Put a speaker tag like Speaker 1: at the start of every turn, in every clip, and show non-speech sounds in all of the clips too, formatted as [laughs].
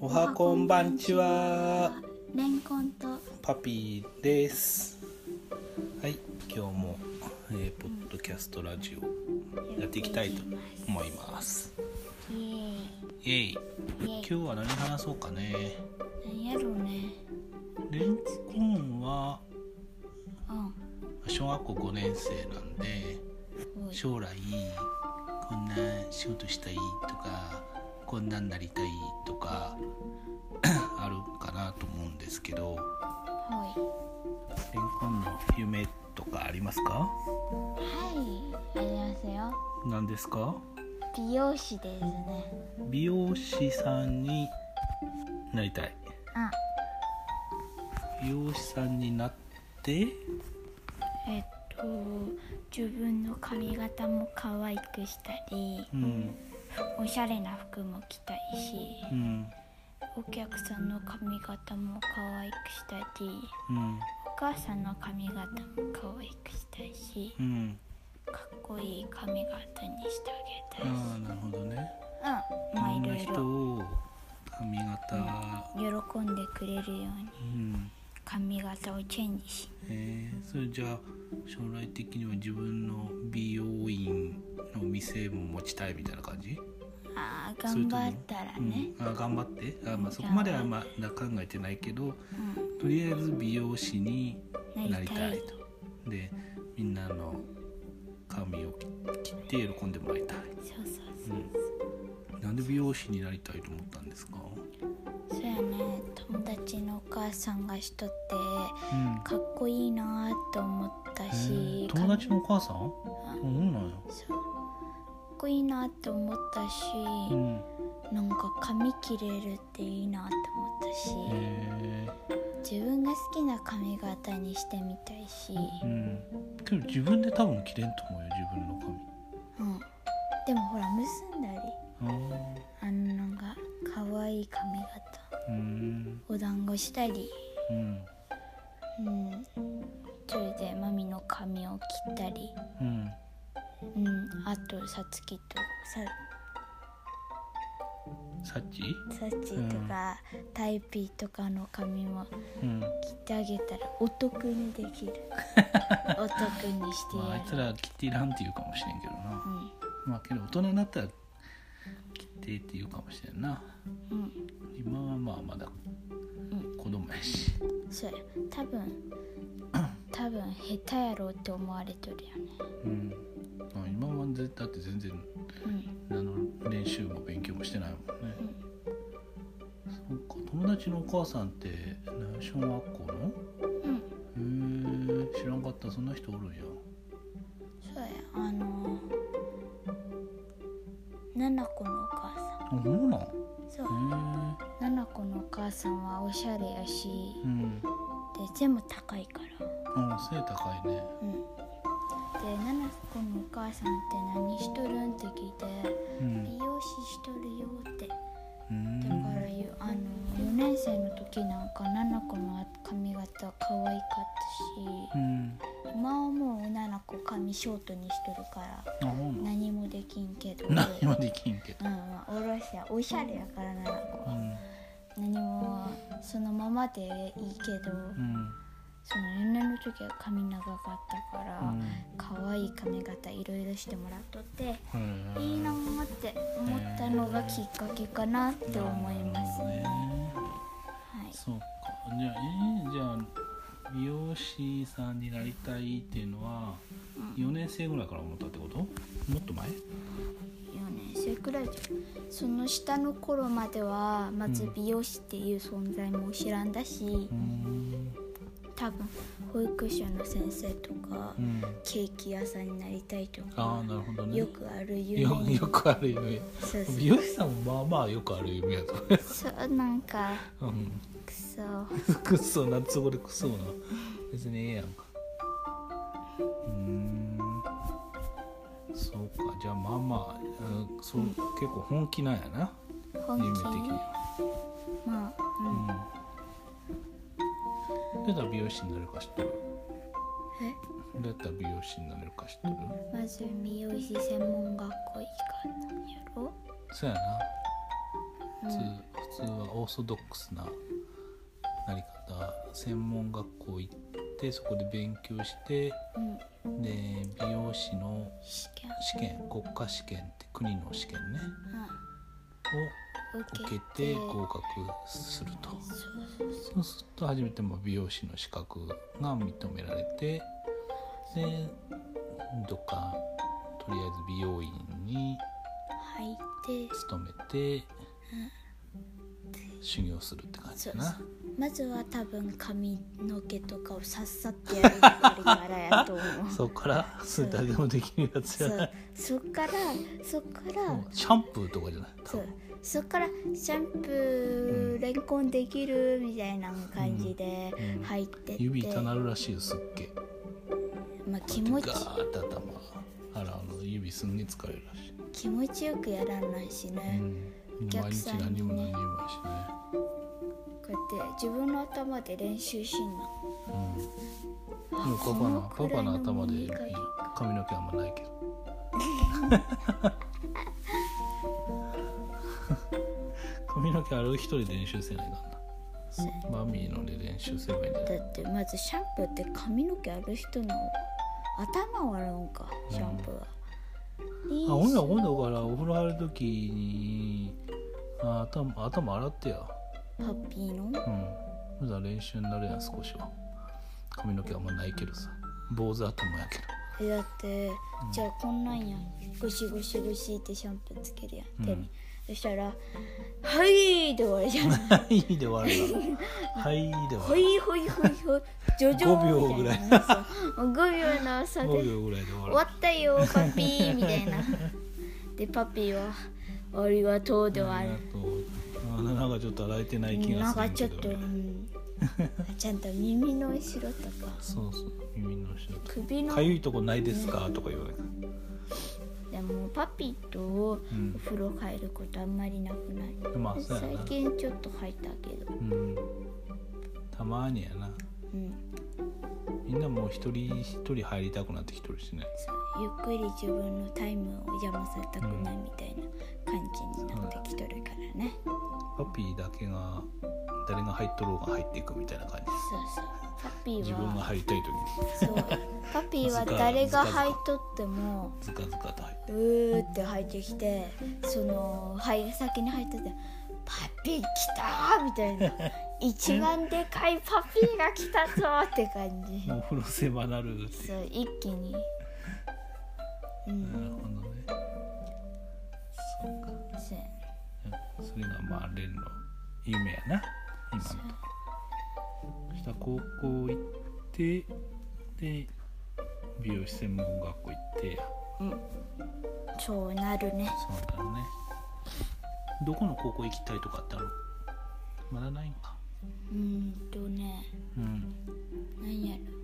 Speaker 1: おはこんばんちは
Speaker 2: レンコンと
Speaker 1: パピーですはい今日も、えーポッドキャストラジオやっていきたいと思います
Speaker 2: イエー
Speaker 1: イエイ
Speaker 2: イイエイ
Speaker 1: 今日は何話そうかね
Speaker 2: 何やろうね
Speaker 1: レンコンは
Speaker 2: うん
Speaker 1: 小学校5年生なんです
Speaker 2: ごい
Speaker 1: 将来こんな仕事したいとかこんなんなりたいとか [coughs] あるかなと思うんですけど
Speaker 2: は
Speaker 1: レンコンの夢とかありますか
Speaker 2: いはいありますよ
Speaker 1: 何ですか
Speaker 2: 美容師ですね
Speaker 1: 美容師さんになりたい
Speaker 2: あ
Speaker 1: 美容師さんになって
Speaker 2: えっと自分の髪型も可愛くしたり
Speaker 1: うん
Speaker 2: おしゃれな服も着たいし
Speaker 1: うん
Speaker 2: お客さんの髪型も可愛くしたり
Speaker 1: うん
Speaker 2: お母さんの髪型も可愛くしたいし
Speaker 1: うん
Speaker 2: かっこいい髪型にしてあげたい
Speaker 1: ああなるほどね
Speaker 2: うん
Speaker 1: い
Speaker 2: まあ
Speaker 1: ろ
Speaker 2: い
Speaker 1: ん
Speaker 2: ろ
Speaker 1: ない人
Speaker 2: ろ
Speaker 1: を髪型
Speaker 2: 喜んでくれるように
Speaker 1: うん
Speaker 2: 髪型をチェンジし
Speaker 1: えー、それじゃあ将来的には自分の美容院の店も持ちたいみたいな感じ、
Speaker 2: ああ
Speaker 1: それ
Speaker 2: 頑
Speaker 1: とも
Speaker 2: 張ったらね
Speaker 1: うん、あ頑張ってあ、まあ、そこまではまだ考えてないけど
Speaker 2: うん
Speaker 1: とりあえず美容師にな
Speaker 2: な
Speaker 1: り
Speaker 2: り
Speaker 1: た
Speaker 2: た
Speaker 1: い
Speaker 2: い
Speaker 1: とでみんなの髪を切って喜んでもらいたい、
Speaker 2: そうそう
Speaker 1: うん、なんで美容師になりたいと思ったんですか、
Speaker 2: そうそうやね友達のお母さんがしとって
Speaker 1: うん
Speaker 2: かっこいいなーって思ったし
Speaker 1: 友達のお母さん
Speaker 2: 髪
Speaker 1: そうなんや、
Speaker 2: そうかっこいいなって思ったし、
Speaker 1: うん、
Speaker 2: なんか髪切れるっていいなって思っ
Speaker 1: え
Speaker 2: たし自分が好きな髪型にしてみたいし、
Speaker 1: ー、うんけど自分で多分切れんと思うよ自分の髪
Speaker 2: うん、でもほら結んだり
Speaker 1: あ
Speaker 2: あのなんか可愛い髪型
Speaker 1: ーうん
Speaker 2: お団子したり、
Speaker 1: うん
Speaker 2: うん、それでマミの髪を切ったり、
Speaker 1: うん
Speaker 2: うん、あとさつきと
Speaker 1: サッチ
Speaker 2: ささちとか、タイピーとかの髪も
Speaker 1: うん
Speaker 2: 切ってあげたらお得にできる
Speaker 1: [laughs]
Speaker 2: お得にして
Speaker 1: まああ
Speaker 2: や
Speaker 1: いつ
Speaker 2: る、
Speaker 1: ら切っていらんって言うかもしれんけどな
Speaker 2: うん
Speaker 1: まあけど大人になったら切ってって言うかもしれんな
Speaker 2: うん
Speaker 1: 今はまあまだ
Speaker 2: う
Speaker 1: 子供やし
Speaker 2: そうや多分多分下手やろうって思われとるよね
Speaker 1: うん、まあ、今は絶だって全然
Speaker 2: うん
Speaker 1: あの練習も勉強もしてないもんね
Speaker 2: う、
Speaker 1: そうか友達のお母さんってな小学校の
Speaker 2: うん
Speaker 1: へー知らんかったそんな人おるんや
Speaker 2: そうやあのナナコのお母
Speaker 1: あそうなん
Speaker 2: さんそう
Speaker 1: へ
Speaker 2: ナナコのお母さんはおしゃれやし
Speaker 1: えうん
Speaker 2: で全部高いから
Speaker 1: あ背高いね
Speaker 2: うんでナナコのお母さんって何しとるんって聞いて
Speaker 1: うん
Speaker 2: 美容師しとるよって
Speaker 1: うーん
Speaker 2: だからよあの4年生の時なんかナナコの髪型可愛かったし
Speaker 1: うん
Speaker 2: 今はもうナナコ髪ショートにしとるか
Speaker 1: あ
Speaker 2: ら
Speaker 1: そうなん
Speaker 2: 何もできんけど
Speaker 1: 何もできんけど
Speaker 2: うんまあおろしやおしゃれやからなこ
Speaker 1: う
Speaker 2: は
Speaker 1: ん
Speaker 2: 何もそのままでいいけど
Speaker 1: うん
Speaker 2: その4年の時は髪長かったから、
Speaker 1: うん
Speaker 2: 可愛い髪型いろいろしてもらっとって
Speaker 1: へー
Speaker 2: いいなーって思ったのがきっかけかなって思います
Speaker 1: な
Speaker 2: ね。
Speaker 1: るほどね
Speaker 2: はい、
Speaker 1: そうかじゃあえーじゃあ美容師さんになりたいっていうのは
Speaker 2: うん
Speaker 1: 4年生ぐらいから思ったってこともっと前
Speaker 2: 4年生くらいじゃその下の頃まではまず美容師っていう存在も知らんだし
Speaker 1: うん
Speaker 2: 多分保育所の先生とか
Speaker 1: うん
Speaker 2: ケーキ屋さんになりたいと
Speaker 1: あ
Speaker 2: か
Speaker 1: あなるほどね
Speaker 2: よくある夢
Speaker 1: よ
Speaker 2: に
Speaker 1: よくある夢
Speaker 2: そう
Speaker 1: 美容師さんもまあまあよくある夢やと思
Speaker 2: そうそうなんか
Speaker 1: う、うん、
Speaker 2: くそ
Speaker 1: くっそなつぼでくっそな別にええやんかうーんそうかじゃあまあまあ、うんそう結構本気なんやな
Speaker 2: 本
Speaker 1: 夢
Speaker 2: 気
Speaker 1: 的に
Speaker 2: に
Speaker 1: は。
Speaker 2: まあ、うん
Speaker 1: うんどうやったら美容師になれるか知ってるど
Speaker 2: え
Speaker 1: うやったら美容師になれるか知ってる
Speaker 2: まず美容師専門学校行かないやろ、
Speaker 1: そうやな
Speaker 2: う
Speaker 1: 普通,、
Speaker 2: ん、
Speaker 1: 普通はオーソドックスななり方専門学校行ってそこで勉強して
Speaker 2: うん
Speaker 1: で美容師の
Speaker 2: 試験
Speaker 1: 試験国家試験って国の試験ね
Speaker 2: はい
Speaker 1: を
Speaker 2: 受
Speaker 1: 受
Speaker 2: け
Speaker 1: けて
Speaker 2: て
Speaker 1: 合格すると
Speaker 2: そうそうそう
Speaker 1: そうすると初めてまあ美容師の資格が認められてでどっかとりあえず美容院に
Speaker 2: 入って
Speaker 1: 勤めて修行するって感じ
Speaker 2: そ
Speaker 1: か
Speaker 2: うそ
Speaker 1: な
Speaker 2: うまずは多分髪の毛とかをさっさってやるからやと思う
Speaker 1: そこから
Speaker 2: そう
Speaker 1: 誰でもできるやつじ
Speaker 2: [laughs] そ
Speaker 1: ゃな
Speaker 2: う
Speaker 1: い
Speaker 2: そっからそっから
Speaker 1: もうシャンプーとかじゃない多
Speaker 2: そう
Speaker 1: 分
Speaker 2: そっからシャンプーレンコンできるみたいな感じで
Speaker 1: うん
Speaker 2: 入ってって、
Speaker 1: 指痛なるらしいよすっげえ
Speaker 2: まあ、気持ち
Speaker 1: ガーって頭洗うの指すんげえ疲れるらしい、
Speaker 2: 気持ちよくやらないし
Speaker 1: う
Speaker 2: ね、
Speaker 1: ん、
Speaker 2: お
Speaker 1: 毎
Speaker 2: 客
Speaker 1: 日
Speaker 2: さん
Speaker 1: 何
Speaker 2: にね
Speaker 1: も何もないしね
Speaker 2: こうやって自分の頭で練習しんの
Speaker 1: でもパパの
Speaker 2: この
Speaker 1: パ
Speaker 2: くら
Speaker 1: パ
Speaker 2: い
Speaker 1: の
Speaker 2: の
Speaker 1: 頭で
Speaker 2: いい感じ
Speaker 1: 髪の毛あんまないけど髪の毛ある一人で練習せないか
Speaker 2: そうや
Speaker 1: んなマミーので練習すればいいんじゃない
Speaker 2: だってまずシャンプーって髪の毛ある人の頭を洗うんかシャンプーは。で
Speaker 1: あ俺ら今度からお風呂入る時にあ頭頭洗ってや
Speaker 2: ハッピーの
Speaker 1: うん普段練習になるやん少しは髪の毛あんまないけどさ坊主頭やけど [laughs]
Speaker 2: えだってじゃあこんなんやんゴシゴシゴシってシャンプーつけるやん、手
Speaker 1: うん
Speaker 2: にそしたら「はい」で終わりじゃん
Speaker 1: はいで終わるなはいで終わ
Speaker 2: ほ
Speaker 1: る
Speaker 2: いほいほいほいジョジョ
Speaker 1: 5秒
Speaker 2: みたいなそうもう5秒の朝で
Speaker 1: 5秒ぐらいで終わ
Speaker 2: 終
Speaker 1: る
Speaker 2: わったよパピーみたいなでパピーは「ありがとう」で
Speaker 1: あ
Speaker 2: 終
Speaker 1: り
Speaker 2: わ
Speaker 1: がとうあなんかちょっと洗えてない
Speaker 2: る
Speaker 1: 気が
Speaker 2: なん
Speaker 1: する
Speaker 2: か
Speaker 1: んだ
Speaker 2: ちょ
Speaker 1: け
Speaker 2: っと、
Speaker 1: ど、
Speaker 2: う
Speaker 1: ね、
Speaker 2: ん、ちゃんと耳の後ろとか
Speaker 1: そうそう耳の後ろと
Speaker 2: 首の
Speaker 1: かゆいとこないですかとか言われて
Speaker 2: でもパピーと
Speaker 1: ん
Speaker 2: お風呂入ることあんまりなくない、
Speaker 1: まあそうや
Speaker 2: 最
Speaker 1: な
Speaker 2: 近ちょっと入ったけど
Speaker 1: うんたまにやな
Speaker 2: うん
Speaker 1: みんなもう一人一人入りたくなってきてるしね
Speaker 2: そうゆっくり自分のタイムを邪魔されたくないみたいな感じになってきとるからね、
Speaker 1: パピーだけが誰が入っとろうが入っていくみたいな感じ
Speaker 2: そうそうパピ
Speaker 1: 自
Speaker 2: ー
Speaker 1: 分が
Speaker 2: は
Speaker 1: 入りたい時に
Speaker 2: そうパピ
Speaker 1: [laughs]
Speaker 2: ーは誰が入っとっても
Speaker 1: ズカズカと入って
Speaker 2: うーって入ってきてその入先に入ってて「パピー来た!」みたいな
Speaker 1: [laughs]
Speaker 2: 「一番でかいパピーが来たぞ!」って感じ
Speaker 1: もうお風呂狭なるって
Speaker 2: そう一気に
Speaker 1: なるほど
Speaker 2: うん
Speaker 1: ねそうか
Speaker 2: そうや
Speaker 1: それがまあ蓮の夢やな今のところそしたら高校行ってで美容師専門学校行って
Speaker 2: そうなるね
Speaker 1: そうだねどこの高校行きたいとかあったのまだないんか
Speaker 2: うーんとね
Speaker 1: うん
Speaker 2: 何やろ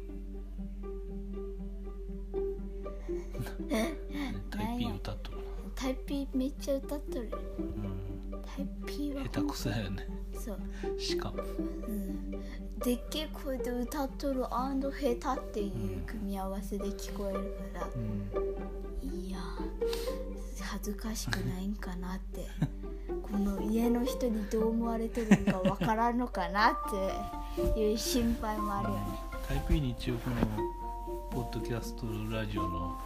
Speaker 1: タイピー歌っとる
Speaker 2: タイピーめっちゃ歌っとる
Speaker 1: な
Speaker 2: タイピー
Speaker 1: う
Speaker 2: は
Speaker 1: ん下手くそやよね
Speaker 2: そう
Speaker 1: しかも
Speaker 2: うんでっけえ声で歌っとる下手っていう組み合わせで聞こえるから、
Speaker 1: うん
Speaker 2: いや恥ずかしくないんかなって
Speaker 1: [laughs]
Speaker 2: この家の人にどう思われてるのかわからんのかなっていう心配もあるよね
Speaker 1: タイピーに一応このポッドキャストラジオの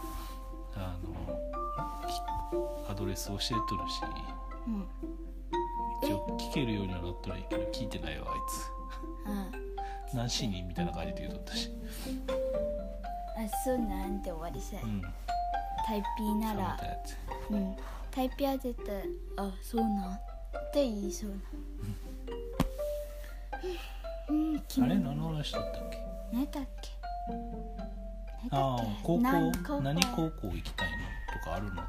Speaker 1: あのきアドレス教えとるし
Speaker 2: うん
Speaker 1: 一応聞けるようにはなったらいいけど聞いてないわあい
Speaker 2: うん
Speaker 1: つ何しにみたいな感じで言うとったし
Speaker 2: あそうなんて終わりさ、
Speaker 1: うん
Speaker 2: タイピーな
Speaker 1: 食べ
Speaker 2: ら
Speaker 1: たやつ
Speaker 2: うんタイピーは絶対あそうなんって言いそうなうん、うん、
Speaker 1: あ
Speaker 2: 君
Speaker 1: れ何の話しとったっけ
Speaker 2: 何だっけ何
Speaker 1: あ
Speaker 2: だ
Speaker 1: あ
Speaker 2: っけ
Speaker 1: 高校
Speaker 2: なん
Speaker 1: 何高校行きたいのとかあるのっていう話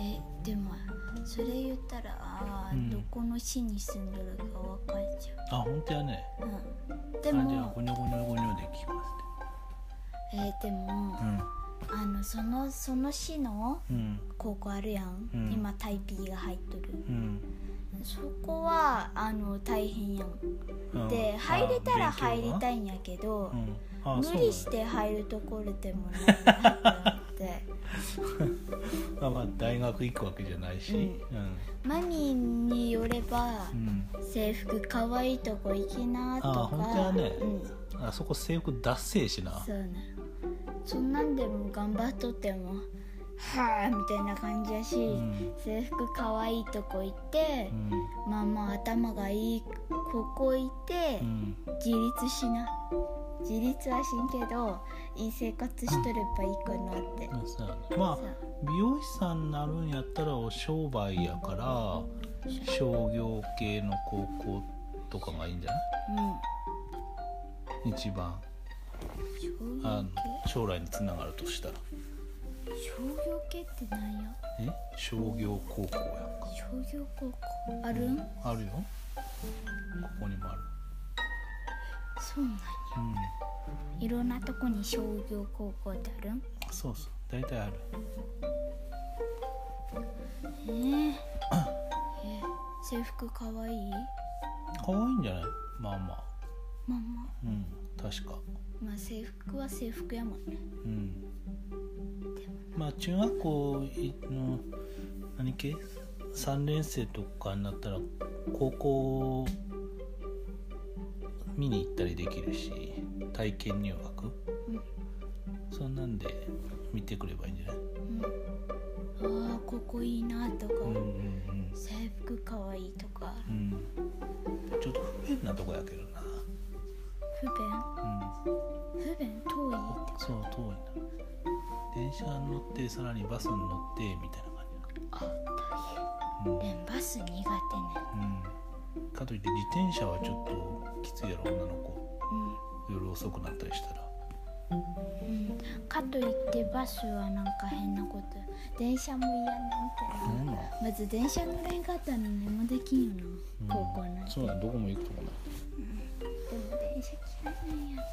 Speaker 2: えでもそれ言ったらあ
Speaker 1: う
Speaker 2: ー、
Speaker 1: ん
Speaker 2: どこの市に住んどるかわかんじ
Speaker 1: あ本当やね
Speaker 2: ゃん、うん、
Speaker 1: あ
Speaker 2: で
Speaker 1: じゃあ
Speaker 2: も
Speaker 1: ゴニョゴニョゴニョで聞きます
Speaker 2: えーでも
Speaker 1: ね
Speaker 2: あのそのその市の
Speaker 1: うん
Speaker 2: 高校あるやん、
Speaker 1: うん
Speaker 2: 今タイピーが入っとる
Speaker 1: うん
Speaker 2: そこはあの大変やん
Speaker 1: うん
Speaker 2: で入れたら入りた
Speaker 1: い
Speaker 2: いんやけど、
Speaker 1: うんあ
Speaker 2: 無理してて入るところでもないなって思
Speaker 1: [laughs]
Speaker 2: っして
Speaker 1: まあまあ大学行くわけじゃないし、うん
Speaker 2: マミーによれば
Speaker 1: う、ん
Speaker 2: 制服かわいいとこ行きなとか
Speaker 1: ああ本当はね
Speaker 2: うん、
Speaker 1: あそこ制服脱せえしな
Speaker 2: そうねそんなんでも頑張っとってもはあみたいな感じやし、
Speaker 1: ん
Speaker 2: 制服かわいいとこ行って
Speaker 1: う、ん
Speaker 2: まあまあ頭がいいここ行って、
Speaker 1: うん
Speaker 2: 自立しな自立はしんけどいい生活しとればいいかなって
Speaker 1: まあそうやなまあ美容師さんになるんやったらお商売やから商業系の高校とかがいいんじゃな
Speaker 2: う
Speaker 1: い一番
Speaker 2: ん
Speaker 1: あ
Speaker 2: 商業
Speaker 1: の将来につながるとしたら
Speaker 2: 系商業系ってなんや
Speaker 1: え商業高校やんか
Speaker 2: 商業高校あるん
Speaker 1: あるよここにもある
Speaker 2: そうなんや
Speaker 1: うん
Speaker 2: いろんなとこに商業高校ってあるん
Speaker 1: そうそう大体ある
Speaker 2: えええ制服かわいい
Speaker 1: 可愛いんじゃないまあまあ
Speaker 2: まあまあ
Speaker 1: うん確か
Speaker 2: まあ制服は制服やもんね
Speaker 1: うん
Speaker 2: でも
Speaker 1: まあ中学校の何系3年生とかになったら高校見に行ったりできるし体験入学
Speaker 2: うん
Speaker 1: そんなんで見てくればいいんじゃない、
Speaker 2: うんああここいいなとか、
Speaker 1: うんうん
Speaker 2: 制服かわいいとか
Speaker 1: うんうんちょっと不便なとこやけどな
Speaker 2: 不便
Speaker 1: うん
Speaker 2: 不便遠い
Speaker 1: そう遠いな電車に乗ってさらにバスに乗ってみたいな感じ
Speaker 2: あ
Speaker 1: な、うん
Speaker 2: でもバス苦手ね
Speaker 1: うん、かといって自転車はちょっときついやろ女の子
Speaker 2: うん
Speaker 1: 夜遅くなったりしたら
Speaker 2: うんかといってバスはなんか変なこと電車も嫌なんてなまず電車乗れんかったら何もできんよ
Speaker 1: うん
Speaker 2: な高校なんて、
Speaker 1: そうだどこも行くとこな
Speaker 2: でも電車嫌いなんやっ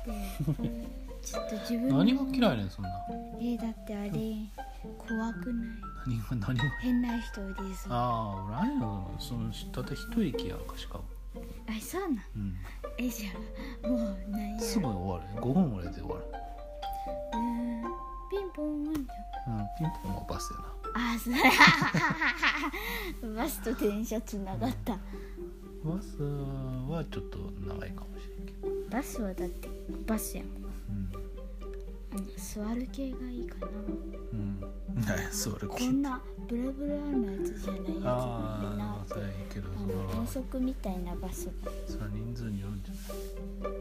Speaker 2: てうん
Speaker 1: [laughs]
Speaker 2: ちょっと自分の
Speaker 1: 何が嫌いねんそんな
Speaker 2: えーだってあれ怖くない
Speaker 1: 何が何が
Speaker 2: 変な人ですあ
Speaker 1: ああおらんよそのだって一駅やんかしかも、
Speaker 2: そうなん
Speaker 1: うん、
Speaker 2: えじゃあもうなんや
Speaker 1: すぐ終わる5分遅れて終わる、
Speaker 2: うんピンポン
Speaker 1: うん、
Speaker 2: じ
Speaker 1: ピンポンはバスやな
Speaker 2: ゃんあそう [laughs] バスと電車つながった
Speaker 1: バスはちょっと長いかもしれんけど、
Speaker 2: バスはだってバスやもん、
Speaker 1: うん
Speaker 2: うん、座る系がいいかな
Speaker 1: うん、ねそれ
Speaker 2: こんなブラブラなやつじゃないやつなんで
Speaker 1: あ
Speaker 2: な
Speaker 1: あ
Speaker 2: って
Speaker 1: それいいけど
Speaker 2: あ
Speaker 1: それ
Speaker 2: の
Speaker 1: は
Speaker 2: 高速みたいなバス
Speaker 1: それは人数によるんじゃない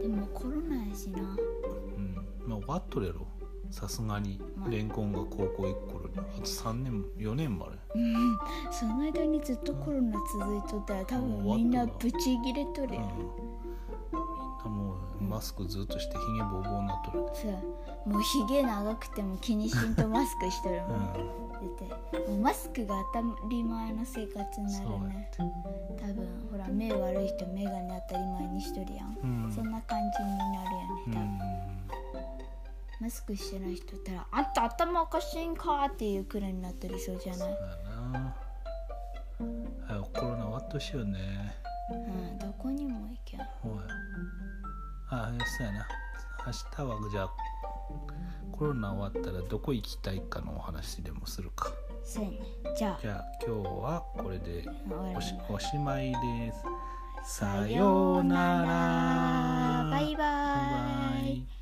Speaker 2: でもコロナやしな
Speaker 1: うん、まあ終わっとるやろさすがに
Speaker 2: まあ
Speaker 1: レンコンが高校行く頃にあと3年4年まで
Speaker 2: うんその間にずっとコロナ続いとったら多分みんなブチギレとる
Speaker 1: うんみん
Speaker 2: やん
Speaker 1: なもうマスクずっとしてひげボーボーになっとる
Speaker 2: そうもうひげ長くても気にしんとマスクしてるもん
Speaker 1: う
Speaker 2: 出てもうマスクが当たり前の生活に
Speaker 1: ん
Speaker 2: な
Speaker 1: そう
Speaker 2: る
Speaker 1: や
Speaker 2: ね
Speaker 1: って
Speaker 2: 多分ほら目悪い人眼鏡当たり前にしとるやん、
Speaker 1: うん
Speaker 2: そんな感じにな
Speaker 1: う
Speaker 2: る
Speaker 1: ん
Speaker 2: よね多分、マスクしてない人いたら「あんた頭おかしいんか?」っていうくらいになってるそうじゃ
Speaker 1: そう
Speaker 2: ない、
Speaker 1: やな早くコロナ終わっとしようね
Speaker 2: うん、どこにも行けん
Speaker 1: ほうやああそうやな明日はじゃあコロナ終わったらどこ行きたいかのお話でもするか
Speaker 2: せやねじゃ
Speaker 1: じゃあ今日はこれで
Speaker 2: あ終わり
Speaker 1: お
Speaker 2: ます
Speaker 1: しおしまいです。さ
Speaker 2: さ
Speaker 1: よ
Speaker 2: よ
Speaker 1: う
Speaker 2: う
Speaker 1: なら
Speaker 2: なら。。バイバ
Speaker 1: バイバ
Speaker 2: イ
Speaker 1: イ。